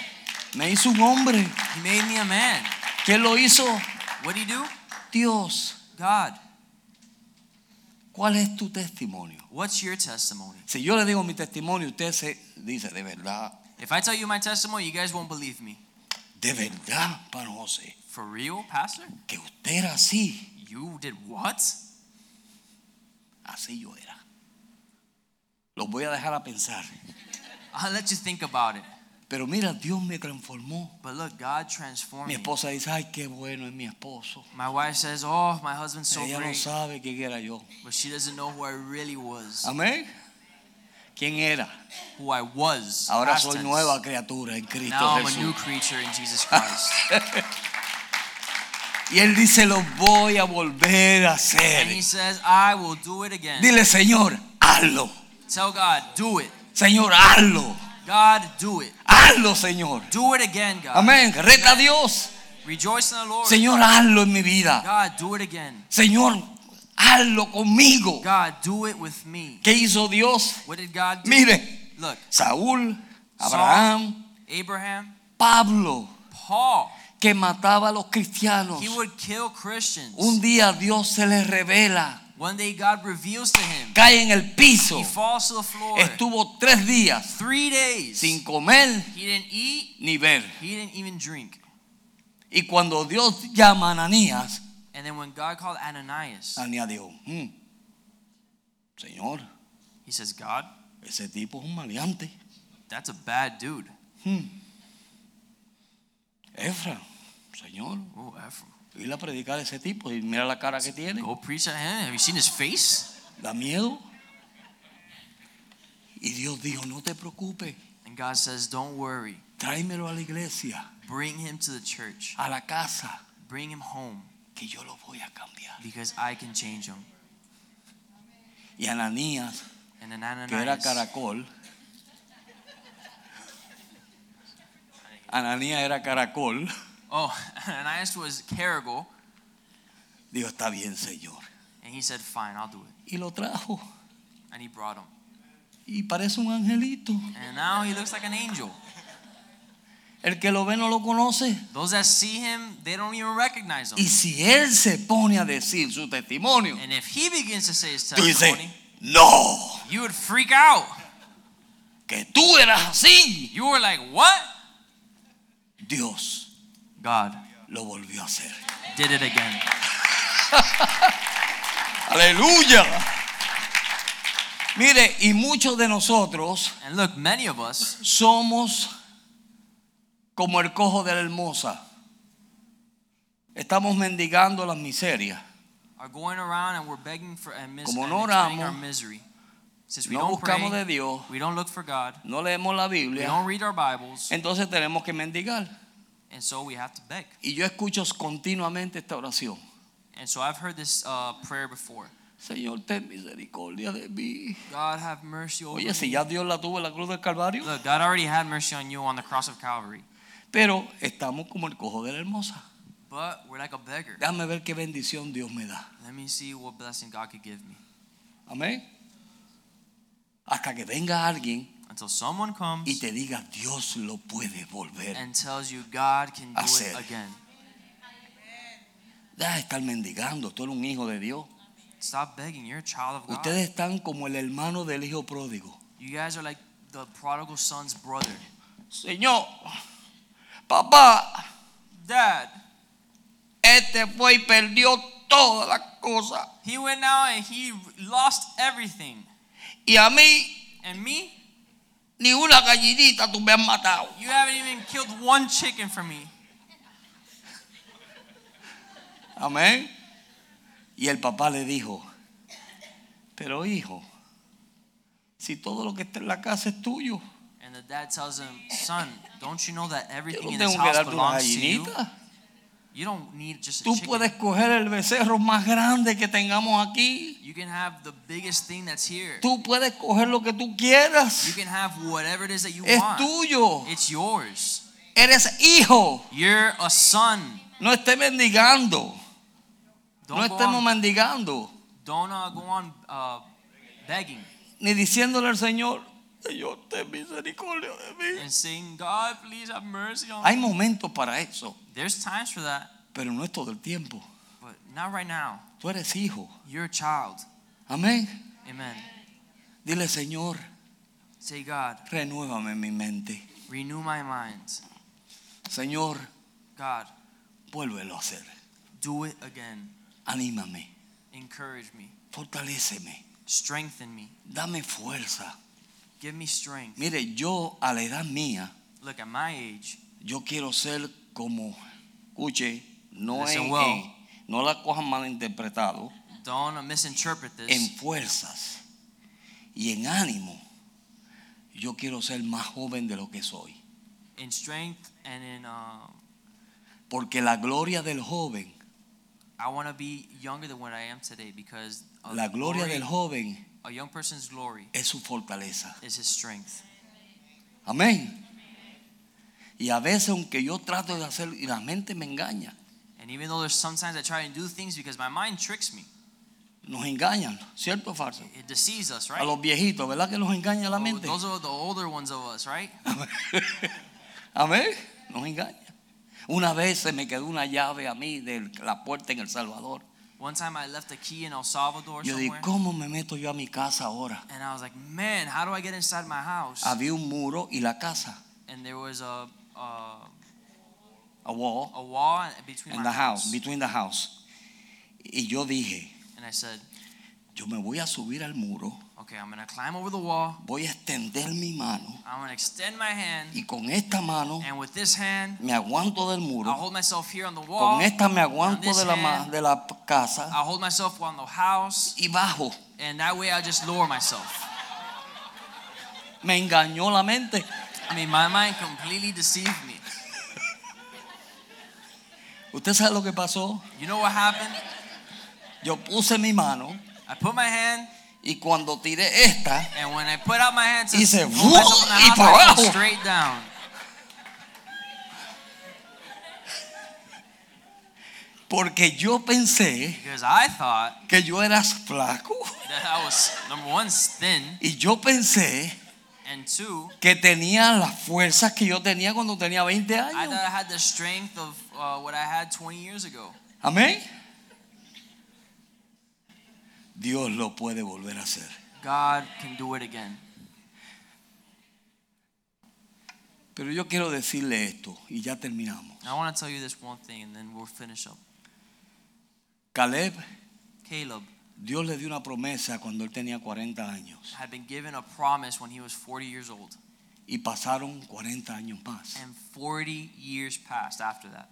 Me hizo un hombre.
He made me a man.
¿Quién lo hizo?
What do you do?
Dios.
God.
¿Cuál es tu testimonio?
What's your testimony?
Si yo le digo mi testimonio, usted se dice, de verdad,
If I tell you my testimony, you guys won't believe me.
de verdad, para José,
For real, Pastor?
que usted era así.
You did what?
Así yo era. Los voy a dejar a pensar.
I'll let you think about it.
Pero mira, Dios me transformó.
But look, God transformed
Mi
me.
esposa dice, ay, qué bueno es mi esposo.
My wife says, "Oh, my husband's so
Ella no
great,"
sabe quién era yo.
but she doesn't know who I really was,
Amén. ¿Quién era?
who I was.
Ahora
past
soy
tense.
nueva criatura en Cristo
Now I'm a new
Jesús.
creature in
[LAUGHS]
Jesus Christ.
Y él dice, lo voy a volver a
and He
hacer.
says, "I will do it again."
Dile, Señor, hazlo.
Tell God, do it.
Señor, hazlo.
God, do it.
Hazlo, Señor.
Do it again, God.
Amén. Reta a Dios.
Rejoice in the Lord.
Señor, hazlo en mi vida.
God, do it again.
Señor, hazlo conmigo.
God, do it with me.
¿Qué hizo Dios?
What did God do?
Mire,
Look,
Saúl, Abraham,
Abraham,
Pablo,
Paul,
que mataba a los cristianos.
he would kill Christians.
Un día Dios se les revela,
One day God reveals to him.
cae en el piso.
He falls to the floor.
Estuvo tres días
Three days.
sin comer
He didn't eat.
ni ver.
He didn't even drink.
Y cuando Dios llama a Ananías,
And then when God called Ananias,
Ananías dijo, "Mm, Señor,
he says, God,
ese tipo es un maleante.
that's a bad dude.
Efra, Señor,
Oh, Ephraim.
ir a predicar a ese tipo y mira la cara que tiene,
Go preach at him. Have you seen his face?
da miedo. Y Dios dijo, no te preocupes,
And God says, Don't worry.
tráemelo a la iglesia,
Bring him to the church.
a la casa,
Bring him home
que yo lo voy a cambiar.
because I can change him.
Y Ananías,
And then
que era
Ananias,
caracol, Ananías era caracol,
oh, [LAUGHS] Ananias was Carrigal,
dijo, está bien, Señor.
and he said, Fine, I'll do it.
Y lo trajo,
And he brought him.
y parece un angelito.
And now he looks like an angel.
El que lo ve no lo conoce.
Those that see him, they don't even recognize him.
Y si él se pone a decir su testimonio,
And if he begins to say his
tú dices,
testimony,
no,
you would freak out.
que tú eras así.
You were like, What?
Dios
God
lo volvió a hacer.
did it again.
Aleluya. Mire, y muchos de nosotros
And look, many of us,
somos como el cojo de la hermosa. Estamos mendigando las miserias.
are going around and we're begging for and, mis-
Como
and
no
explaining
oramos,
our misery. Since we
No
don't pray,
buscamos de Dios,
we don't look for God,
no leemos la
we
Biblia,
don't read our Bibles,
entonces tenemos que mendigar.
and so we have to beg.
Y yo escucho continuamente esta oración.
And so I've heard this uh, prayer before.
Señor, ten misericordia de mí.
God have mercy over
Oye, si
me.
ya Dios la tuvo en la cruz del Calvario,
Look, God already had mercy on you on the cross of Calvary,
pero estamos como el cojo de la hermosa.
but we're like a beggar.
Déjame ver qué bendición Dios me da.
Let me see what blessing God could give me.
Amén. Hasta que venga alguien
Until someone
y
comes
te diga, Dios lo puede volver.
and tells you God can do
Hacer.
it again.
Deja de estar mendigando, tú eres un hijo de Dios.
Stop begging. You're a child of God.
Ustedes están como el hermano del hijo pródigo.
You guys are like the prodigal son's brother.
Señor, papá,
Dad,
este fue y perdió todas las cosas.
he went out and he lost everything.
Y a mí,
And me,
ni una gallinita tú me has matado.
you haven't even killed one chicken for me.
Amén. Y el papá le dijo, pero hijo, si todo lo que está en la casa es tuyo,
And the dad tells him, Son, don't you know that
yo
everything
no
in this
tengo que
house
darte una
belongs to you?
gallinita.
You don't need just a
Tú
chicken.
puedes coger el becerro más grande que tengamos aquí.
You can have the biggest thing that's here.
Tú puedes coger lo que tú
You
quieras.
can have whatever it is that you
Es
want.
tuyo.
It's yours.
Eres hijo.
You're a son.
No estés mendigando. No
Don't go
estemos
on,
mendigando.
don't, uh, go on uh, begging
Ni diciéndole al Señor, Señor, ten misericordia de mí.
and saying, God, please have mercy on me.
Hay momentos para eso,
There's times for that,
pero no es todo el tiempo.
but not right now.
Tú eres hijo.
You're a child.
Amén.
Amen.
Dile, Señor,
Say, God,
renuévame mi mente.
renew my mind.
Señor,
God,
vuélvelo a hacer.
do it again.
Anímame,
Encourage me.
fortaléceme,
Strengthen me.
dame fuerza.
Give me strength.
Mire, yo a la edad mía,
Look, at my age,
yo quiero ser como, escuche, no
Listen
en,
well.
en- no la cojan malinterpretado,
don't uh, misinterpret this.
en fuerzas y en ánimo. Yo quiero ser más joven de lo que soy,
in strength and in uh,
porque la gloria del joven,
I want to be younger than what I am today because a,
la gloria
glory-
del joven
a young person's glory
es su fortaleza.
is his strength.
Amén. Y a veces aunque yo trato de hacerlo y la mente me engaña,
And even though there's sometimes I try and do things because my mind tricks me,
nos engañan, ¿cierto o falso?
it deceives us,
A
right?
los viejitos, ¿verdad que nos engaña la
Oh,
mente?
those are the older ones of us, right?
[LAUGHS] Amén. Nos engaña. Una vez se me quedó una llave a mí de la puerta en El Salvador.
One time I left a key in El Salvador
Yo dije,
somewhere,
¿cómo me meto yo a mi casa ahora?
and I was like, man, how do I get inside my house?
Había un muro y la casa,
And there was a a,
a wall,
a wall between
and
my
the house,
house,
between the house. Y yo dije,
and I said,
yo me voy a subir al muro,
okay, I'm gonna climb over the wall.
voy a extender mi mano
I'm gonna extend my hand,
y con esta mano
and with this hand,
me aguanto del
I'll
muro,
hold myself here on the wall.
con esta me aguanto
this
de la, ma-
hand.
de la casa
I'll hold myself on the house,
y bajo.
and that way I just lower myself.
Me engañó la mente.
I mean, my mind completely deceived me.
¿Usted sabe lo que pasó?
You know what happened?
Yo puse mi mano
I put my hand,
Y cuando tiré esta,
and when I put out my hand to
Y se
hold
fue,
myself on the
y
house,
para
I fell
abajo.
straight down.
porque yo pensé
Because I thought
que yo era flaco
that I was number one thin,
y yo pensé
and two,
que tenía las fuerzas que yo tenía cuando tenía 20
I thought
años.
I had the strength of uh, what I had 20 years ago.
Amén. Dios lo puede volver a hacer.
God can do it again.
Pero yo quiero decirle esto y ya terminamos.
And I want to tell you this one thing, and then we'll finish up.
Caleb,
Caleb
Dios le dio una promesa cuando él tenía 40 años
had been given a promise when he was 40 years old,
y pasaron 40 años más.
and 40 years passed after that.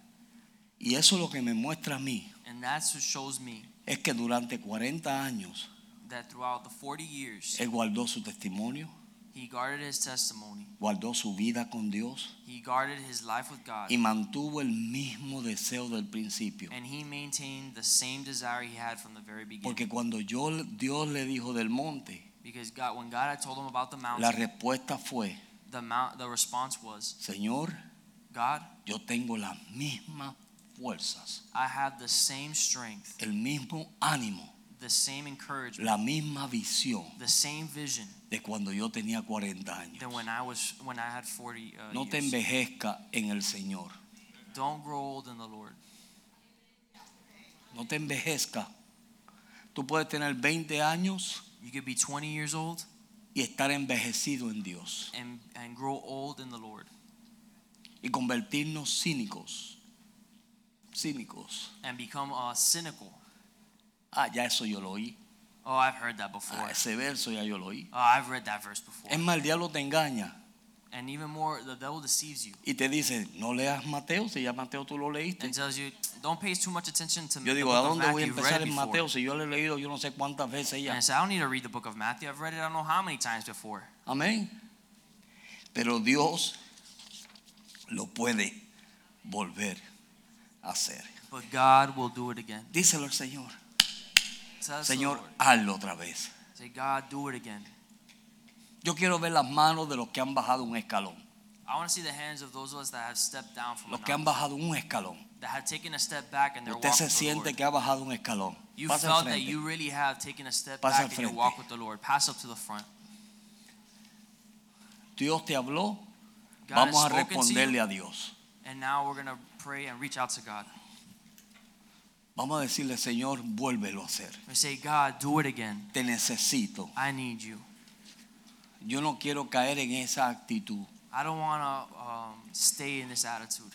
Y eso lo que me muestra a mí
And that's what shows me
es que durante 40 años
that throughout the 40 years,
él guardó su testimonio,
he guarded his testimony,
guardó su vida con Dios
he guarded his life with God,
y mantuvo el mismo deseo del principio.
and he maintained the same desire he had from the very beginning.
Porque cuando yo, Dios le dijo del monte,
Because God, when God had told him about the
la
mountain,
respuesta fue,
the, mount, the response was,
Señor,
God,
yo tengo las mismas fuerzas,
I have the same strength,
el mismo ánimo,
the same encouragement,
la misma visión
the same vision
de cuando yo tenía 40 años.
than when I was when I had 40 uh,
No te
years.
envejezca en el Señor,
Don't grow old in the Lord.
no te envejezca. Tú puedes tener 20 años
You could be 20 years old
y estar envejecido en Dios
and and grow old in the Lord
y convertirnos cínicos, cínicos.
and become uh, cynical.
Ah, ya eso yo lo oí.
Oh, I've heard that before.
Ah, ese verso ya yo lo oí.
Oh, I've read that verse before.
Es más, el diablo te engaña
And even more, the devil deceives you
y te dice, no leas Mateo, si ya Mateo tú lo leíste.
and tells you, don't pay too much attention to
Yo
the
digo,
book
¿a
of
dónde
Matthew.
voy a
You've
empezar
read it
en
before."
Mateo si yo lo he leído yo no sé cuántas veces
And
ya?
I said, I don't need to read the book of Matthew. I've read it I don't know how many times before.
Amén. Pero Dios lo puede volver a hacer.
But God will do it again.
Díselo al Señor.
Tell us the
Señor,
Lord.
hazlo otra vez.
Say, God, do it again.
Yo quiero ver las manos de los que han bajado un escalón.
I want to see the hands of those of us that have stepped down from
Los
an
que han
altar,
bajado un escalón.
that have taken a step back and they're
Usted
walking
se
with the Lord.
siente que ha bajado un escalón.
You
Pasa al
felt that
frente.
you really have taken a step
Pasa al
back in your
frente.
walk with the Lord. Pass up to the front.
Dios te habló.
God has
Vamos a
spoken to you,
responderle a Dios.
and now we're going to pray and reach out to God.
Vamos a decirle, Señor, vuélvelo a hacer.
We say, God, do it again.
Te necesito.
I need you.
Yo no quiero caer en esa actitud.
I don't want to um, stay in this attitude.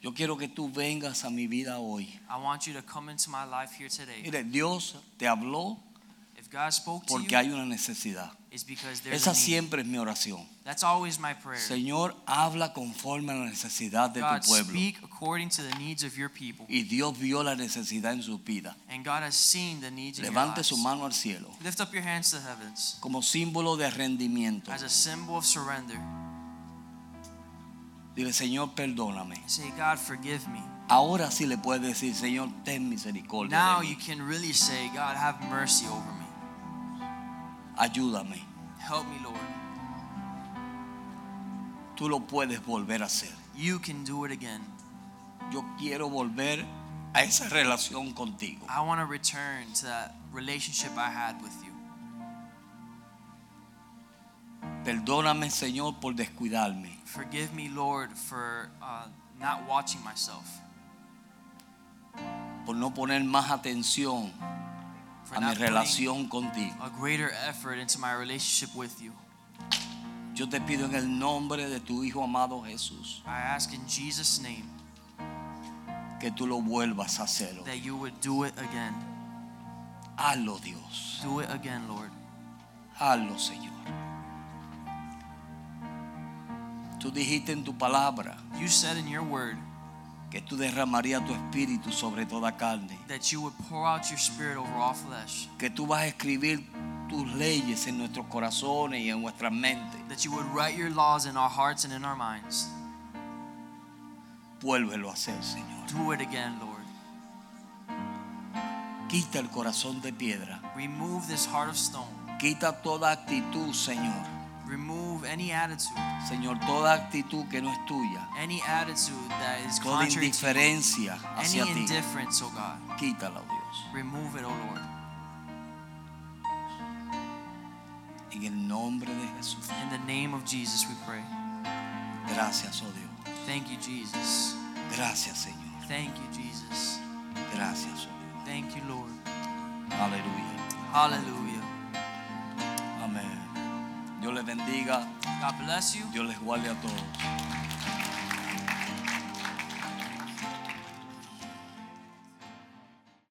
Yo quiero que tú vengas a mi vida hoy.
I want you to come into my life here today.
Mire, Dios te habló
If God spoke to
porque
you,
hay una necesidad.
it's because there's
Esa
a need.
siempre es mi oración.
That's always my prayer.
Señor, habla conforme a la necesidad de
God,
tu pueblo.
speak according to the needs of your people.
Y Dios vio la necesidad en su vida.
And God has seen the needs of your
Levante
lives.
su mano al cielo
Lift up your hands to the heavens
como símbolo de rendimiento.
as a symbol of surrender.
Dile, Señor, perdóname.
Say, God, forgive me.
Ahora sí le puedes decir, Señor, ten misericordia.
Now
de
you
mí.
can really say, God, have mercy over me.
Ayúdame.
Help me, Lord.
Tú lo puedes volver a hacer.
You can do it again.
Yo quiero volver a esa relación contigo.
I want to return to that relationship I had with you.
Perdóname, Señor, por descuidarme.
Forgive me, Lord, for uh, not watching myself,
Por no poner más atención
for
a mi
not putting
relación contigo.
a greater effort into my relationship with you.
Yo te pido en el nombre de tu Hijo amado Jesús
I ask in Jesus' name
que tú lo vuelvas a hacer.
that you would do it again.
Hazlo, Dios.
Do it again, Lord.
Hazlo, Señor. Tú dijiste en tu palabra
You said in your word
que tú derramarías tu espíritu sobre toda carne,
that you would pour out your spirit over all flesh,
que tú vas a escribir tus leyes en nuestros corazones y en nuestras mentes.
that you would write your laws in our hearts and in our minds.
Vuélvelo a hacer, Señor.
Do it again, Lord.
Quita el corazón de piedra.
Remove this heart of stone.
Quita toda actitud, Señor.
Remove any attitude,
Señor, toda actitud que no es tuya.
any attitude that is
Toda
contrary to you,
indiferencia
any
hacia ti.
indifference, oh God.
Quítala, Dios.
Remove it, oh Lord.
En el nombre de Jesús.
In the name of Jesus, we pray.
Gracias, oh Dios.
Thank you, Jesus.
Gracias, Señor.
Thank you, Jesus.
Gracias, oh Dios.
Thank you, Lord.
Aleluya.
Hallelujah.
Amén. Dios les bendiga.
God bless you.
Dios les guarde a todos.